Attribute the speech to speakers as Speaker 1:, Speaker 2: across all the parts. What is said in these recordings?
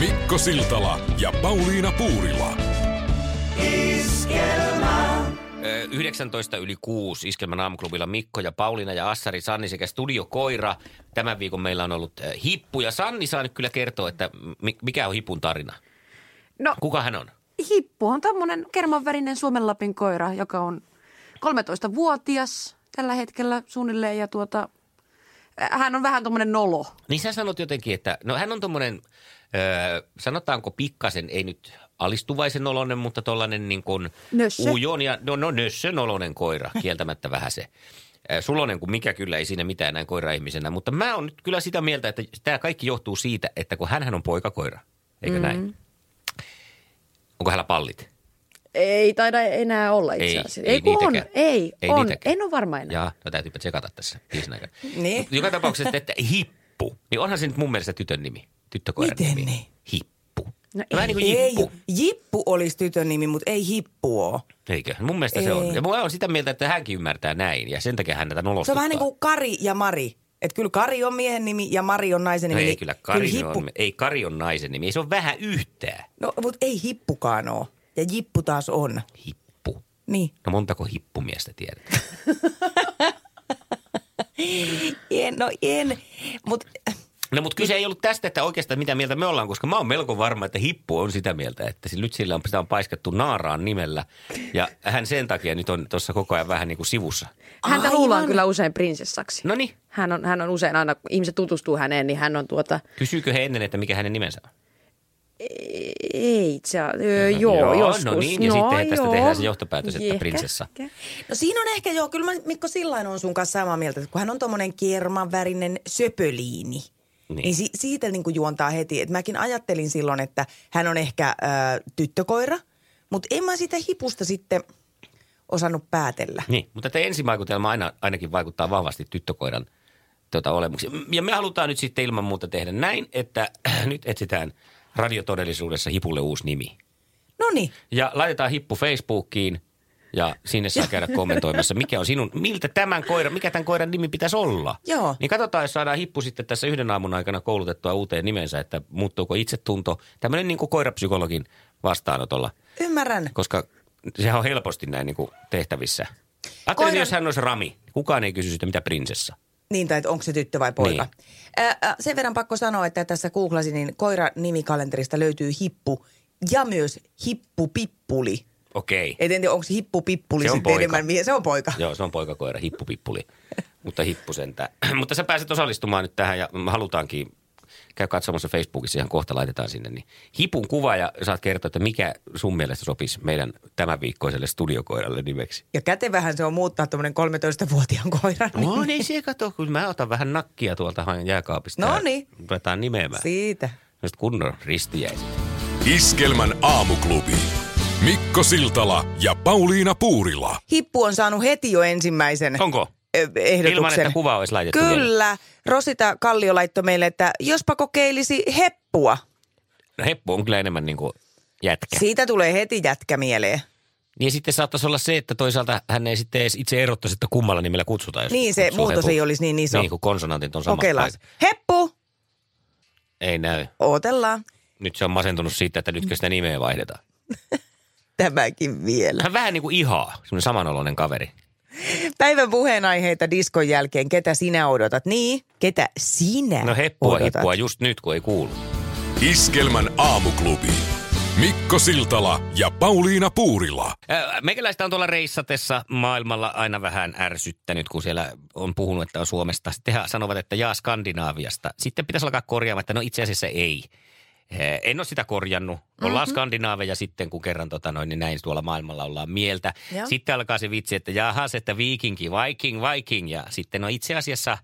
Speaker 1: Mikko Siltala ja Pauliina Puurila.
Speaker 2: 19 yli 6 Iskelmän aamuklubilla Mikko ja Pauliina ja Assari Sanni sekä Studio Koira. Tämän viikon meillä on ollut äh, Hippu ja Sanni saa nyt kyllä kertoa, että mi- mikä on Hipun tarina.
Speaker 3: No
Speaker 2: Kuka hän on?
Speaker 3: Hippu on tämmöinen kermanvärinen Suomenlapin koira, joka on 13-vuotias tällä hetkellä suunnilleen ja tuota, hän on vähän tuommoinen nolo.
Speaker 2: Niin sä sanot jotenkin, että no hän on tommonen, öö, sanotaanko pikkasen, ei nyt alistuvaisen oloinen, mutta tollainen niin kuin
Speaker 3: Nössö.
Speaker 2: ujon ja no, no nössön oloinen koira, kieltämättä vähän se. Ö, Sulonen kuin mikä kyllä, ei siinä mitään näin koira-ihmisenä, mutta mä oon nyt kyllä sitä mieltä, että tämä kaikki johtuu siitä, että kun hän on poikakoira, eikö mm. näin? Onko hänellä pallit?
Speaker 3: Ei taida enää olla itse
Speaker 2: Ei,
Speaker 3: asiassa.
Speaker 2: ei
Speaker 3: kun on,
Speaker 2: niitäkään.
Speaker 3: ei,
Speaker 2: Ei
Speaker 3: on.
Speaker 2: niitäkään.
Speaker 3: En ole varma enää.
Speaker 2: Jaa, no täytyypä tsekata tässä biisin aikana.
Speaker 4: Niin.
Speaker 2: Mut Joka tapauksessa, että hippu, niin onhan se nyt mun mielestä tytön nimi, tyttökoiran
Speaker 4: Miten
Speaker 2: nimi.
Speaker 4: niin?
Speaker 2: Hippu.
Speaker 3: No
Speaker 2: Vähän niin kuin
Speaker 4: Ei,
Speaker 2: jippu.
Speaker 4: Jippu olisi tytön nimi, mutta ei Hippu oo.
Speaker 2: Eikö? Mun mielestä se on.
Speaker 4: Ei.
Speaker 2: Ja mä oon sitä mieltä, että hänkin ymmärtää näin ja sen takia hän tätä
Speaker 4: Se
Speaker 2: nolostuttaa.
Speaker 4: on vähän niin kuin Kari ja Mari. Että kyllä Kari on miehen nimi ja Mari on naisen
Speaker 2: No
Speaker 4: nimi.
Speaker 2: ei
Speaker 4: niin
Speaker 2: kyllä, Kari
Speaker 4: kyllä hippu,
Speaker 2: on, ei Kari on naisen nimi, ei se on vähän yhtään.
Speaker 4: No, mutta ei Hippukaan oo. Ja Jippu taas on.
Speaker 2: Hippu.
Speaker 4: Niin.
Speaker 2: No montako hippumiestä tiedät?
Speaker 4: En, no en, mutta
Speaker 2: No mutta kyse ei ollut tästä, että oikeastaan mitä mieltä me ollaan, koska mä oon melko varma, että hippu on sitä mieltä, että se- nyt sillä on, sitä on paiskattu naaraan nimellä. Ja hän sen takia nyt on tuossa koko ajan vähän niin kuin sivussa.
Speaker 3: Häntä
Speaker 4: Aivan.
Speaker 3: luullaan kyllä usein prinsessaksi.
Speaker 2: No niin,
Speaker 3: Hän on, hän on usein aina, kun ihmiset tutustuu häneen, niin hän on tuota,
Speaker 2: kysyykö he ennen, että mikä hänen nimensä on?
Speaker 3: ei itse asiassa, öö, joo,
Speaker 2: Joo, no
Speaker 3: joskus. No
Speaker 2: niin, ja sitten tästä
Speaker 3: joo.
Speaker 2: tehdään se johtopäätös, että
Speaker 3: Ehkä,
Speaker 2: prinsessa.
Speaker 3: ehkä.
Speaker 4: no siinä on ehkä joo, kyllä mä Mikko sillain on sun kanssa samaa mieltä, että kun hän on tommonen kiermanvärinen söpöliini.
Speaker 2: Niin.
Speaker 4: Niin. niin si- siitä niin kuin juontaa heti, että mäkin ajattelin silloin, että hän on ehkä äh, tyttökoira, mutta en mä sitä hipusta sitten osannut päätellä.
Speaker 2: Niin, mutta tämä ensivaikutelma aina, ainakin vaikuttaa vahvasti tyttökoiran tuota, olemukseen. Ja me halutaan nyt sitten ilman muuta tehdä näin, että nyt etsitään radiotodellisuudessa hipulle uusi nimi.
Speaker 4: No niin,
Speaker 2: Ja laitetaan hippu Facebookiin ja sinne saa käydä kommentoimassa, mikä on sinun, miltä tämän koiran, mikä tämän koiran nimi pitäisi olla.
Speaker 4: Joo.
Speaker 2: Niin katsotaan, jos saadaan hippu sitten tässä yhden aamun aikana koulutettua uuteen nimensä, että muuttuuko itsetunto. Tämmöinen niin kuin koirapsykologin vastaanotolla,
Speaker 4: ymmärrän.
Speaker 2: koska sehän on helposti näin niin kuin tehtävissä. Ajattelin,
Speaker 4: Koiran-
Speaker 2: jos hän olisi Rami. Kukaan ei kysy sitä, mitä prinsessa.
Speaker 4: Niin, tai että onko se tyttö vai poika.
Speaker 2: Niin.
Speaker 4: Niin. Äh, äh, sen verran pakko sanoa, että tässä googlasin, niin koiranimikalenterista löytyy hippu ja myös hippupippuli.
Speaker 2: Okei.
Speaker 4: Et en tiedä, onko hippupippuli
Speaker 2: Se on
Speaker 4: sitten
Speaker 2: poika.
Speaker 4: enemmän mie- Se on poika.
Speaker 2: Joo, se on poikakoira, hippupippuli. Mutta hippu sentään. Mutta sä pääset osallistumaan nyt tähän ja me halutaankin, käy katsomassa Facebookissa ihan kohta laitetaan sinne, niin hipun kuva ja saat kertoa, että mikä sun mielestä sopisi meidän tämän viikkoiselle studiokoiralle nimeksi.
Speaker 4: Ja kätevähän se on muuttaa tuommoinen 13-vuotiaan koiran. nimi.
Speaker 2: No niin, se kato, kun mä otan vähän nakkia tuolta jääkaapista.
Speaker 4: No
Speaker 2: ja
Speaker 4: niin.
Speaker 2: Ruvetaan nimeämään. Si-
Speaker 4: Siitä.
Speaker 2: kunnon ristiäiset.
Speaker 1: Iskelmän aamuklubi. Mikko Siltala ja Pauliina Puurila.
Speaker 4: Hippu on saanut heti jo ensimmäisen
Speaker 2: Onko?
Speaker 4: ö, ehdotuksen.
Speaker 2: Ilman, että kuva olisi laitettu vielä.
Speaker 4: Kyllä. Rosita Kallio laittoi meille, että jospa kokeilisi heppua.
Speaker 2: No heppu on kyllä enemmän niin kuin jätkä.
Speaker 4: Siitä tulee heti jätkä mieleen.
Speaker 2: Niin ja sitten saattaisi olla se, että toisaalta hän ei sitten edes itse erottaisi, että kummalla nimellä kutsutaan. jos
Speaker 4: Niin, se
Speaker 2: kutsuu
Speaker 4: muutos
Speaker 2: hepu-
Speaker 4: ei olisi niin iso.
Speaker 2: Niin, kun konsonantit on samassa
Speaker 4: Kokeillaan.
Speaker 2: paikassa.
Speaker 4: Heppu!
Speaker 2: Ei näy.
Speaker 4: Ootellaan.
Speaker 2: Nyt se on masentunut siitä, että nytkö sitä nimeä vaihdetaan.
Speaker 4: Tämäkin vielä.
Speaker 2: Hän vähän niin kuin ihaa, semmoinen samanoloinen kaveri.
Speaker 4: Päivän puheenaiheita diskon jälkeen. Ketä sinä odotat? Niin, ketä sinä
Speaker 2: No heppua,
Speaker 4: odotat?
Speaker 2: heppua just nyt, kun ei kuulu.
Speaker 1: Iskelmän aamuklubi. Mikko Siltala ja Pauliina Puurila.
Speaker 2: Ää, Meikäläistä on tuolla reissatessa maailmalla aina vähän ärsyttänyt, kun siellä on puhunut, että on Suomesta. Sitten he sanovat, että jaa Skandinaaviasta. Sitten pitäisi alkaa korjaamaan, että no itse asiassa ei. Ee, En ole sitä korjannut. Ollaan mm-hmm. skandinaaveja sitten, kun kerran tota noin, niin näin tuolla maailmalla ollaan mieltä. Joo.
Speaker 4: Joo.
Speaker 2: Sitten alkaa se vitsi, että jahas, että viikinki, viking, viking. Ja sitten no itse asiassa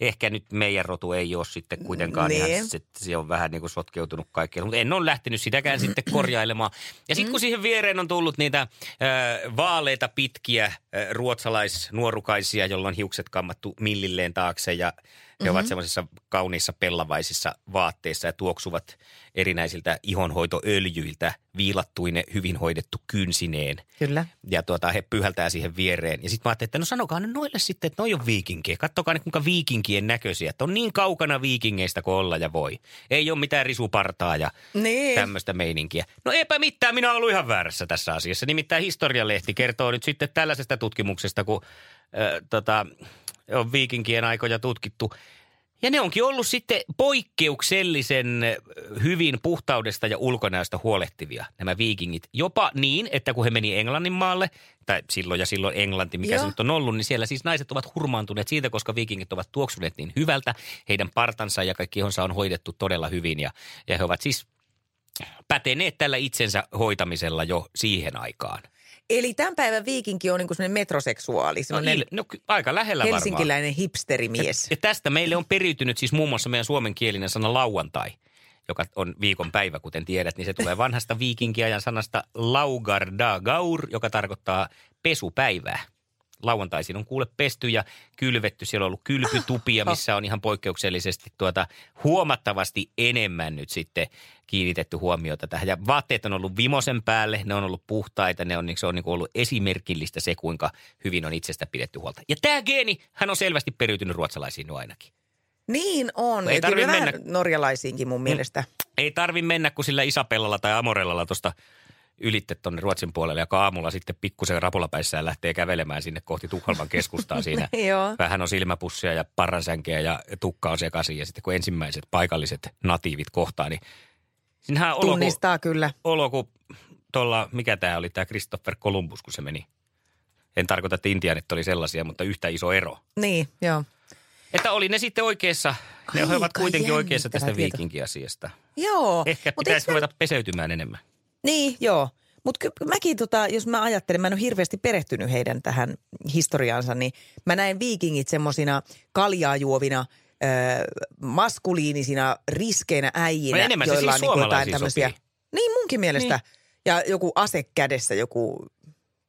Speaker 2: ehkä nyt meidän rotu ei ole sitten kuitenkaan niin. ihan,
Speaker 4: Niin.
Speaker 2: se, se on vähän niin kuin sotkeutunut kaikkeen. Mutta en ole lähtenyt sitäkään sitten korjailemaan. Ja sitten kun siihen viereen on tullut niitä äh, vaaleita pitkiä äh, ruotsalaisnuorukaisia, jolla on hiukset kammattu millilleen taakse ja he ovat semmoisissa kauniissa pellavaisissa vaatteissa ja tuoksuvat erinäisiltä ihonhoitoöljyiltä viilattuine hyvin hoidettu kynsineen
Speaker 4: Kyllä.
Speaker 2: ja tuota, he pyhältää siihen viereen. Ja sitten mä ajattelin, että no sanokaa ne noille sitten, että noi on viikinkiä. Kattokaa ne kuinka viikinkien näköisiä, että on niin kaukana viikingeistä kuin olla ja voi. Ei ole mitään risupartaa ja
Speaker 4: Niin.
Speaker 2: tämmöistä meininkiä. No eipä mitään, minä olen ollut ihan väärässä tässä asiassa. Nimittäin historialehti kertoo nyt sitten tällaisesta tutkimuksesta, kun ö, tota, on viikinkien aikoja tutkittu. Ja ne onkin ollut sitten poikkeuksellisen ö, hyvin puhtaudesta ja ulkonäöstä huolehtivia, nämä viikingit. Jopa niin, että kun he meni Englannin maalle, tai silloin ja silloin Englanti, mikä se
Speaker 4: Joo.
Speaker 2: nyt on ollut, niin siellä siis naiset ovat hurmaantuneet siitä, koska viikingit ovat tuoksuneet niin hyvältä. Heidän partansa ja kaikki ihonsa on hoidettu todella hyvin ja, ja he ovat siis päteneet tällä itsensä hoitamisella jo siihen aikaan.
Speaker 4: Eli tämän päivän viikinki on niinku semmoinen metroseksuaali,
Speaker 2: No,
Speaker 4: semmoinen
Speaker 2: il- no ky- aika lähellä varmaan.
Speaker 4: helsinkiläinen hipsterimies.
Speaker 2: Ja tästä meille on periytynyt siis muun muassa meidän suomenkielinen sana lauantai, joka on viikonpäivä, kuten tiedät, niin se tulee vanhasta viikinkiajan sanasta laugarda-gaur, joka tarkoittaa pesupäivää. Lauantaisin on kuule pesty ja kylvetty. Siellä on ollut kylpytupia, missä on ihan poikkeuksellisesti tuota huomattavasti enemmän nyt sitten kiinnitetty huomiota tähän. Ja vaatteet on ollut vimosen päälle, ne on ollut puhtaita, ne on, se on niin ollut esimerkillistä se, kuinka hyvin on itsestä pidetty huolta. Ja tämä geeni, hän on selvästi periytynyt ruotsalaisiin jo ainakin.
Speaker 4: Niin on.
Speaker 2: Ei
Speaker 4: Ei
Speaker 2: tarvi
Speaker 4: kyllä vähän
Speaker 2: mennä. Mm.
Speaker 4: norjalaisiinkin mun mielestä.
Speaker 2: Ei tarvi mennä kuin sillä Isapellalla tai Amorellalla tuosta ylitte tuonne Ruotsin puolelle, joka aamulla sitten pikkusen rapulapäissään lähtee kävelemään sinne kohti Tukholman keskustaa siinä.
Speaker 4: Joo.
Speaker 2: Vähän on silmäpussia ja parransänkeä ja tukka on sekaisin. Ja sitten kun ensimmäiset paikalliset natiivit kohtaa, niin sinähän olo kuin,
Speaker 4: Tunnistaa kyllä.
Speaker 2: olo kuin tuolla, mikä tämä oli, tämä Christopher Columbus, kun se meni. En tarkoita, että intiaanit oli sellaisia, mutta yhtä iso ero.
Speaker 4: Niin, joo.
Speaker 2: Että oli ne sitten oikeassa, ne
Speaker 4: Aika
Speaker 2: ovat kuitenkin oikeassa
Speaker 4: jännittävä
Speaker 2: tästä
Speaker 4: tieto.
Speaker 2: viikinkiasiasta.
Speaker 4: Joo.
Speaker 2: Ehkä
Speaker 4: Mut
Speaker 2: pitäisi
Speaker 4: eikö nää-
Speaker 2: ruveta peseytymään enemmän.
Speaker 4: Niin, joo. Mutta kyllä mäkin, tota, jos mä ajattelen, mä en ole hirveästi perehtynyt heidän tähän historiaansa, niin mä näen viikingit semmoisina kaljaa juovina, ö, maskuliinisina, riskeinä äijinä.
Speaker 2: No enemmän se siis
Speaker 4: niinku jotain
Speaker 2: suomalaisiin
Speaker 4: tämmösiä-
Speaker 2: sopii.
Speaker 4: Niin munkin mielestä. Niin. Ja joku ase kädessä, joku,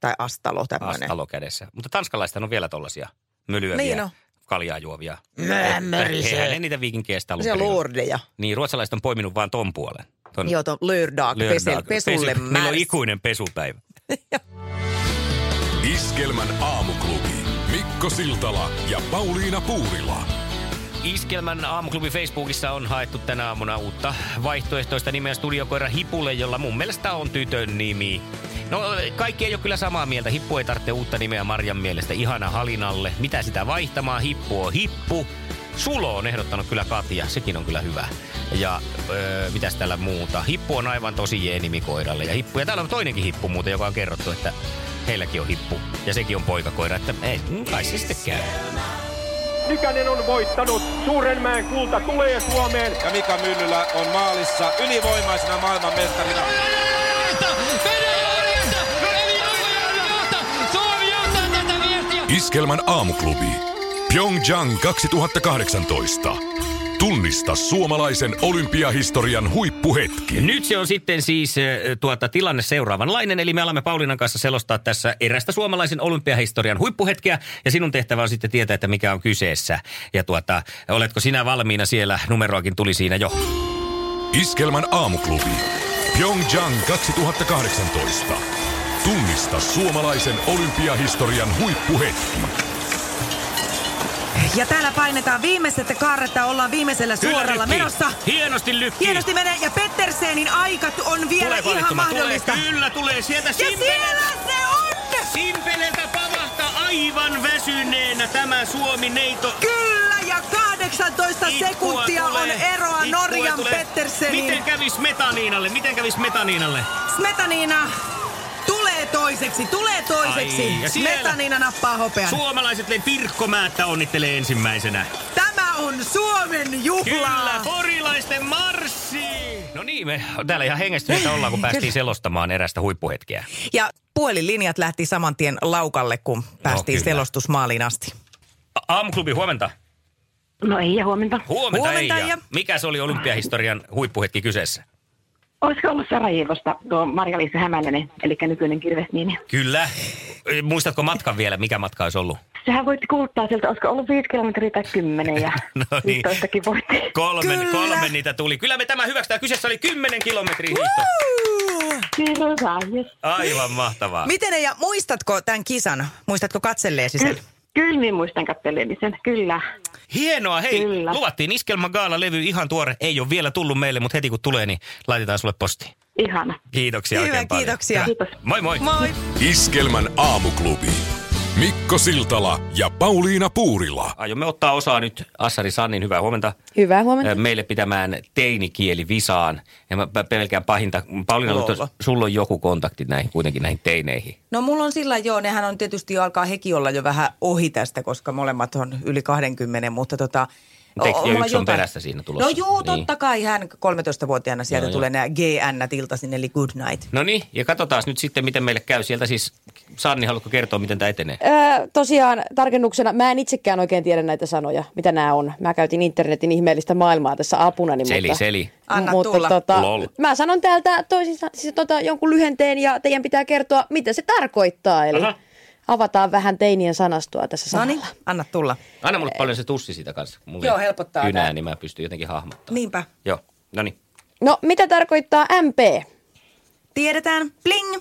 Speaker 4: tai astalo tämmöinen.
Speaker 2: Astalo kädessä. Mutta tanskalaista on vielä tollaisia mölyäviä,
Speaker 4: Niin on.
Speaker 2: kaljaa juovia.
Speaker 4: Mä mörisee.
Speaker 2: Eihän ne niitä viikinkiästä alun
Speaker 4: Se on
Speaker 2: perin ole.
Speaker 4: lordeja.
Speaker 2: Niin ruotsalaiset on poiminut vaan ton puolen. Ton
Speaker 4: Joo, tuon lördag,
Speaker 2: lördag-
Speaker 4: pesel, pesulle
Speaker 2: pesu- Meillä on
Speaker 4: märs.
Speaker 2: ikuinen pesupäivä.
Speaker 1: Iskelmän aamuklubi. Mikko Siltala ja Pauliina Puurila.
Speaker 2: Iskelmän aamuklubi Facebookissa on haettu tänä aamuna uutta vaihtoehtoista nimeä studiokoira Hipulle, jolla mun mielestä on tytön nimi. No kaikki ei ole kyllä samaa mieltä. Hippu ei tarvitse uutta nimeä Marjan mielestä. Ihana Halinalle. Mitä sitä vaihtamaan? Hippu on hippu. Sulo on ehdottanut kyllä Katja, sekin on kyllä hyvä. Ja öö, mitäs täällä muuta? Hippu on aivan tosi jee-nimi koiralle. Ja, hippu. ja täällä on toinenkin hippu muuten, joka on kerrottu, että heilläkin on hippu. Ja sekin on poikakoira, että ei, mm, kai se sitten käy.
Speaker 5: Nykänen on voittanut. Suurenmäen kulta tulee Suomeen.
Speaker 6: Ja Mika Myllylä on maalissa ylivoimaisena maailmanmestarina.
Speaker 1: Iskelmän aamuklubi. Pyeongchang 2018. Tunnista suomalaisen olympiahistorian huippuhetki.
Speaker 2: Nyt se on sitten siis eh, tuota, tilanne seuraavanlainen, eli me alamme Pauliinan kanssa selostaa tässä erästä suomalaisen olympiahistorian huippuhetkeä, ja sinun tehtävä on sitten tietää, että mikä on kyseessä. Ja tuota, oletko sinä valmiina siellä? Numeroakin tuli siinä jo.
Speaker 1: Iskelmän aamuklubi. Pyeongchang 2018. Tunnista suomalaisen olympiahistorian huippuhetki.
Speaker 7: Ja täällä painetaan viimeisettä kaaretta, ollaan viimeisellä suoralla
Speaker 2: Kyllä,
Speaker 7: menossa.
Speaker 2: lykkiin. Hienosti lykkiin.
Speaker 7: Hienosti menee ja Pettersenin aika t- on vielä
Speaker 2: Tulee
Speaker 7: ihan
Speaker 2: valittuma,
Speaker 7: mahdollista.
Speaker 2: Tulee, kyllä, tulee sieltä
Speaker 7: Ja
Speaker 2: simpeleltä.
Speaker 7: siellä se on!
Speaker 2: Simpeleltä pamahtaa aivan väsyneenä tämä Suomi-neito.
Speaker 7: Kyllä ja 18
Speaker 2: Itkua
Speaker 7: sekuntia
Speaker 2: tulee,
Speaker 7: on eroa
Speaker 2: itkua
Speaker 7: Norjan
Speaker 2: tulee. Miten
Speaker 7: Pettersenin.
Speaker 2: kävis Metaniinalle? Miten kävis Metaniinalle?
Speaker 7: Smetanina tulee toiseksi, tulee toiseksi.
Speaker 2: Ai, ja siellä-
Speaker 7: Smetanina nappaa hopean.
Speaker 2: Suomalaiset le- Pirkko Määttä onnittelee ensimmäisenä.
Speaker 7: Tämä on Suomen
Speaker 2: Kyllä,
Speaker 7: juhlaa.
Speaker 2: porilaisten marssi! No niin, me täällä ihan hengestyneitä ollaan, kun päästiin selostamaan erästä huippuhetkeä.
Speaker 4: Ja puhelinlinjat lähti saman tien laukalle, kun päästiin
Speaker 2: No, kyllä.
Speaker 4: selostusmaaliin asti.
Speaker 2: A- Aamuklubi, huomenta.
Speaker 8: No ei, ja huomenta.
Speaker 2: Huomenta,
Speaker 7: Huomenta,
Speaker 2: Huomenta Eija.
Speaker 7: Eija.
Speaker 2: Mikä se oli olympiahistorian huippuhetki kyseessä?
Speaker 8: Olisiko ollut Sarajevosta tuo Marja-Liisa Hämäläinen, eli nykyinen Kirvesniemi?
Speaker 2: Kyllä. Ö, Muistatko matkan vielä? Mikä matka olisi ollut?
Speaker 8: Sehän voitti kultaa sieltä, olisiko ollut 5 kilometriä tai 10 ja
Speaker 2: No niin.
Speaker 8: 15 voitti.
Speaker 2: Kolme,
Speaker 7: Kyllä.
Speaker 2: kolme niitä tuli. Kyllä me tämä hyväksytään. Kyseessä oli 10 kilometrin hiihto.
Speaker 8: Kyllä, yes.
Speaker 2: Aivan mahtavaa.
Speaker 7: Miten ja muistatko tämän kisan? Muistatko katselleesi sen?
Speaker 8: Kyllä minä muistan kattelemisen, kyllä.
Speaker 2: Hienoa, hei.
Speaker 8: Kyllä.
Speaker 2: Luvattiin Iskelman gaalalevy ihan tuore. Ei ole vielä tullut meille, mutta heti kun tulee, niin laitetaan sulle postiin.
Speaker 8: Ihana.
Speaker 2: Kiitoksia
Speaker 7: Hyvä,
Speaker 2: oikein paljon.
Speaker 7: kiitoksia.
Speaker 2: Hyvä.
Speaker 8: Kiitos.
Speaker 2: Moi
Speaker 4: Mm.
Speaker 2: moi.
Speaker 7: Moi.
Speaker 1: Iskelmän aamuklubi. Mikko Siltala ja Pauliina Puurila.
Speaker 2: Aiomme ottaa osaa nyt Assari Sannin. Hyvää huomenta.
Speaker 3: Hyvää huomenta.
Speaker 2: Ö, Meille pitämään teinikieli visaan. Ja mä p- pelkään pahinta. Pauliina, mutta
Speaker 4: Lolo.
Speaker 2: sulla on joku kontakti näihin, kuitenkin näihin teineihin.
Speaker 4: No mulla on sillä joo, nehän on tietysti jo alkaa heki olla jo vähän ohi tästä, koska molemmat on yli 20, mutta tota...
Speaker 2: Tekstiä
Speaker 4: mulla
Speaker 2: yksi on
Speaker 4: jotain.
Speaker 2: perässä siinä tulossa.
Speaker 4: No juu,
Speaker 2: Niin.
Speaker 4: totta kai hän 13-vuotiaana sieltä
Speaker 2: Joo,
Speaker 4: tulee nämä GN iltaisin, eli good night.
Speaker 2: No niin, ja katsotaan nyt sitten, miten meille käy. Sieltä siis, Sanni, haluatko kertoa, miten tämä etenee?
Speaker 9: Öö, tosiaan tarkennuksena, mä en itsekään oikein tiedä näitä sanoja, mitä nämä on. Mä käytin internetin ihmeellistä maailmaa tässä apuna. Niin
Speaker 2: Seli,
Speaker 9: mutta,
Speaker 2: seli.
Speaker 4: Anna
Speaker 9: mutta,
Speaker 4: tulla.
Speaker 9: Tota,
Speaker 2: Lol.
Speaker 9: mä sanon täältä toisinsa, siis tota, jonkun lyhenteen ja teidän pitää kertoa, mitä se tarkoittaa. Eli
Speaker 2: Aha.
Speaker 9: avataan vähän teinien sanastoa tässä
Speaker 4: No
Speaker 9: sanalla.
Speaker 4: niin, anna tulla.
Speaker 2: Anna mulle paljon se tussi siitä kanssa. kun Mulla
Speaker 4: Joo,
Speaker 2: ei
Speaker 4: helpottaa
Speaker 2: Kynää,
Speaker 4: tää.
Speaker 2: niin mä pystyn jotenkin hahmottamaan.
Speaker 4: Niinpä.
Speaker 2: Joo, no niin.
Speaker 9: No, mitä tarkoittaa MP?
Speaker 7: Tiedetään. Bling.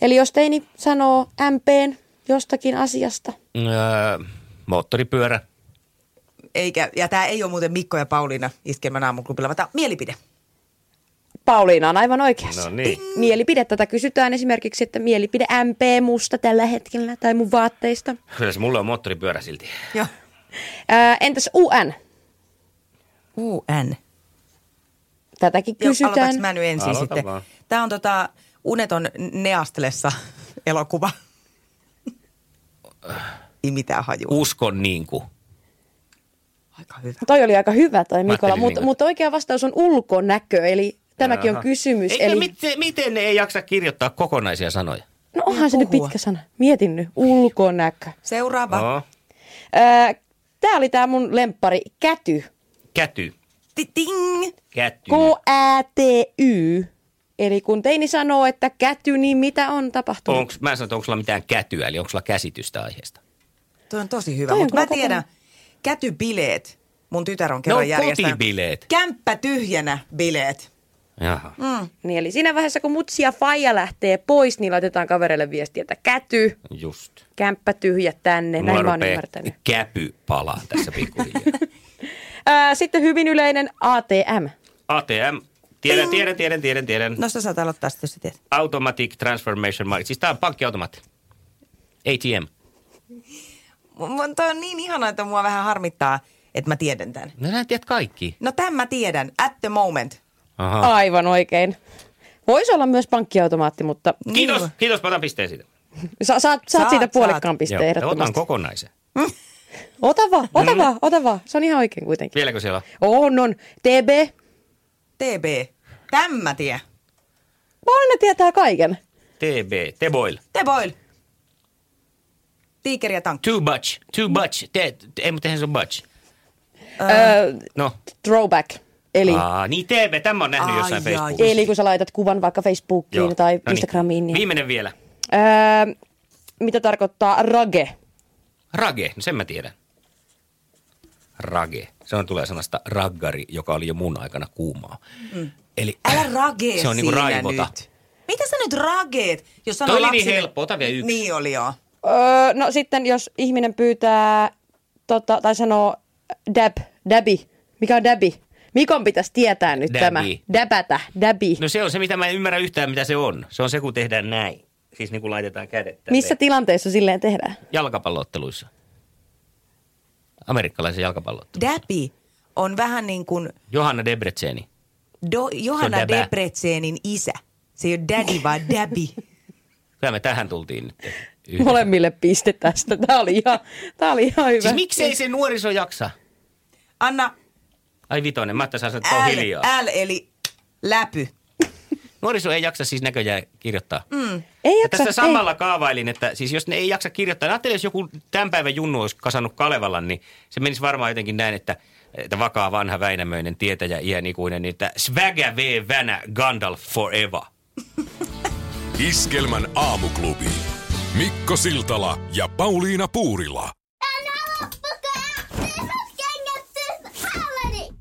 Speaker 9: Eli jos teini sanoo MPn jostakin asiasta,
Speaker 2: Öö, moottoripyörä.
Speaker 4: Eikä, ja tämä ei ole muuten Mikko ja Pauliina iskelmän aamuklubilla, vaan tämä on mielipide.
Speaker 9: Pauliina on aivan oikeassa.
Speaker 2: No niin.
Speaker 9: Mielipide tätä kysytään esimerkiksi, että mielipide MP musta tällä hetkellä tai mun vaatteista.
Speaker 2: Kyllä se mulle on moottoripyörä silti.
Speaker 4: Joo.
Speaker 9: Ää, entäs UN?
Speaker 4: UN.
Speaker 9: Tätäkin
Speaker 4: Joo,
Speaker 9: kysytään.
Speaker 4: aloitaks mä nyt ensin
Speaker 2: Aloita
Speaker 4: sitten?
Speaker 2: vaan.
Speaker 4: Tämä on tota Uneton Neastlessa elokuva. ei mitään hajua.
Speaker 2: Uskon niin kuin.
Speaker 4: Aika hyvä.
Speaker 9: Toi oli aika hyvä toi Mikola,
Speaker 2: ajattelin
Speaker 9: mutta
Speaker 2: niinku-
Speaker 9: mut oikea vastaus on ulkonäkö, eli tämäkin on kysymys.
Speaker 2: Eikä
Speaker 9: Siis Eli,
Speaker 2: miten, miten ne ei jaksa kirjoittaa kokonaisia sanoja?
Speaker 9: no onhan se nyt
Speaker 4: puhua.
Speaker 9: pitkä sana. Mietin nyt, ulkonäkö.
Speaker 4: Seuraava.
Speaker 2: Joo.
Speaker 9: Ää, tää oli tää mun lemppari, käty.
Speaker 2: Käty.
Speaker 4: Ting.
Speaker 2: Käty.
Speaker 9: K-Ä-T-Y. Eli kun teini sanoo, että käty, niin mitä on tapahtunut?
Speaker 2: Onks, mä en sano, että onko sulla mitään kätyä, eli onko sulla käsitystä aiheesta?
Speaker 4: Toi on tosi hyvä,
Speaker 9: Toi on
Speaker 4: mutta mä
Speaker 9: kyllä
Speaker 4: tiedän. Kätybileet. Mun tytär on kerran
Speaker 2: No,
Speaker 4: järjestänyt.
Speaker 2: kotibileet.
Speaker 4: Kämppä tyhjänä bileet.
Speaker 2: Jaha.
Speaker 9: Niin, eli siinä vaiheessa, kun mutsi ja faija lähtee pois, niin laitetaan kavereille viestiä, että käty,
Speaker 2: Just.
Speaker 9: kämppä tyhjä tänne.
Speaker 2: Mulla
Speaker 9: Näin mä oon
Speaker 2: rupeaa
Speaker 9: ymmärtänyt.
Speaker 2: käpy palaa tässä pikkuhiljaa.
Speaker 9: Ää, sitten hyvin yleinen ATM.
Speaker 2: ATM. Tiedän, tiedän, tiedän, tiedän, tiedän.
Speaker 4: No sä saat aloittaa sitten, jos sä tiedät.
Speaker 2: Automatic Transformation Market. Siis tää on pankkiautomaatti. ATM.
Speaker 4: Mun, toi on niin ihana, että mua vähän harmittaa, että mä tiedän tämän.
Speaker 2: No näin tiedät kaikki.
Speaker 4: No tämän mä tiedän. At the moment.
Speaker 2: Aha.
Speaker 9: Aivan oikein. Voisi olla myös pankkiautomaatti, mutta
Speaker 2: Kiitos,
Speaker 4: Niin.
Speaker 2: kiitos, mä otan pisteen siitä.
Speaker 9: sa- saat, saat,
Speaker 4: Saat,
Speaker 9: siitä
Speaker 4: saat.
Speaker 9: puolikkaan pisteen
Speaker 2: Joo, otan
Speaker 9: ehdottomasti.
Speaker 2: kokonaisen.
Speaker 9: Ota vaan, ota vaan, ota vaan. Se on ihan oikein kuitenkin.
Speaker 2: Vieläkö siellä on?
Speaker 9: On, on. TB.
Speaker 4: TB. Tämän mä tiedän.
Speaker 9: Paulina tietää kaiken.
Speaker 2: TB, Teboil.
Speaker 4: Te boil. Tiikeri ja tankki.
Speaker 2: Too much, too much. Te, te, ei, mutta eihän se on much.
Speaker 9: Öö,
Speaker 2: No.
Speaker 9: throwback. Eli,
Speaker 2: Aa, niin TB, tämä on nähnyt
Speaker 4: Ai,
Speaker 2: jossain
Speaker 4: ai,
Speaker 2: Facebookissa.
Speaker 9: eli kun sä laitat kuvan vaikka Facebookiin
Speaker 2: Joo. No
Speaker 9: tai
Speaker 2: Noniin.
Speaker 9: Instagramiin. Niin,
Speaker 2: Viimeinen vielä.
Speaker 9: öö, mitä tarkoittaa rage?
Speaker 2: Rage, no sen mä tiedän. Rage. Se on tulee sanasta raggari, joka oli jo mun aikana kuumaa. Mm. Eli
Speaker 4: Älä ragee
Speaker 2: Se on niinku
Speaker 4: siinä
Speaker 2: raivota.
Speaker 4: Nyt. Mitä sä nyt rageet? Jos sanoo
Speaker 2: Toi oli niin
Speaker 4: lapsille-
Speaker 2: helppo, ota vielä yksi.
Speaker 4: Niin oli joo.
Speaker 9: Öö, no sitten jos ihminen pyytää tota, tai sanoo dab, dabi, mikä on dabi? Mikon pitäisi tietää nyt
Speaker 2: Dabi.
Speaker 9: tämä. Däpätä, dabi.
Speaker 2: No se on se, mitä mä en ymmärrä yhtään, mitä se on. Se on se, kun tehdään näin. Siis niin kuin laitetaan kädet tänne.
Speaker 9: Missä tilanteessa silleen tehdään?
Speaker 2: Jalkapallootteluissa. Amerikkalaisen jalkapallootteluissa.
Speaker 4: Däpi on vähän niin kuin
Speaker 2: Johanna Debreceni.
Speaker 4: Do,
Speaker 2: Se on
Speaker 4: Johanna
Speaker 2: däbä.
Speaker 4: Debreczenin isä. Se ei ole daddy, vaan däbi.
Speaker 2: Kyllä me tähän tultiin nyt. yhdessä.
Speaker 9: Molemmille piste tästä. Tämä oli ihan, tää oli ihan hyvä.
Speaker 2: Siis miksei se nuoriso jaksa?
Speaker 4: Anna
Speaker 2: Ai vitonen, mä tässä sanon, että on
Speaker 4: L,
Speaker 2: hiljaa.
Speaker 4: L eli läpy.
Speaker 2: Nuoriso ei jaksa siis näköjään kirjoittaa. Mm.
Speaker 9: Ei
Speaker 2: Ja
Speaker 9: jaksa,
Speaker 2: tässä
Speaker 9: ei.
Speaker 2: samalla kaavailin, että siis jos ne ei jaksa kirjoittaa, niin ajattelin, jos joku tämän päivän junnu olisi kasannut Kalevalan, niin se menisi varmaan jotenkin näin, että, että vakaa vanha Väinämöinen tietäjä iän ikuinen, niin että svägä vee vänä Gandalf forever.
Speaker 1: Iskelmän aamuklubi. Mikko Siltala ja Pauliina Puurila.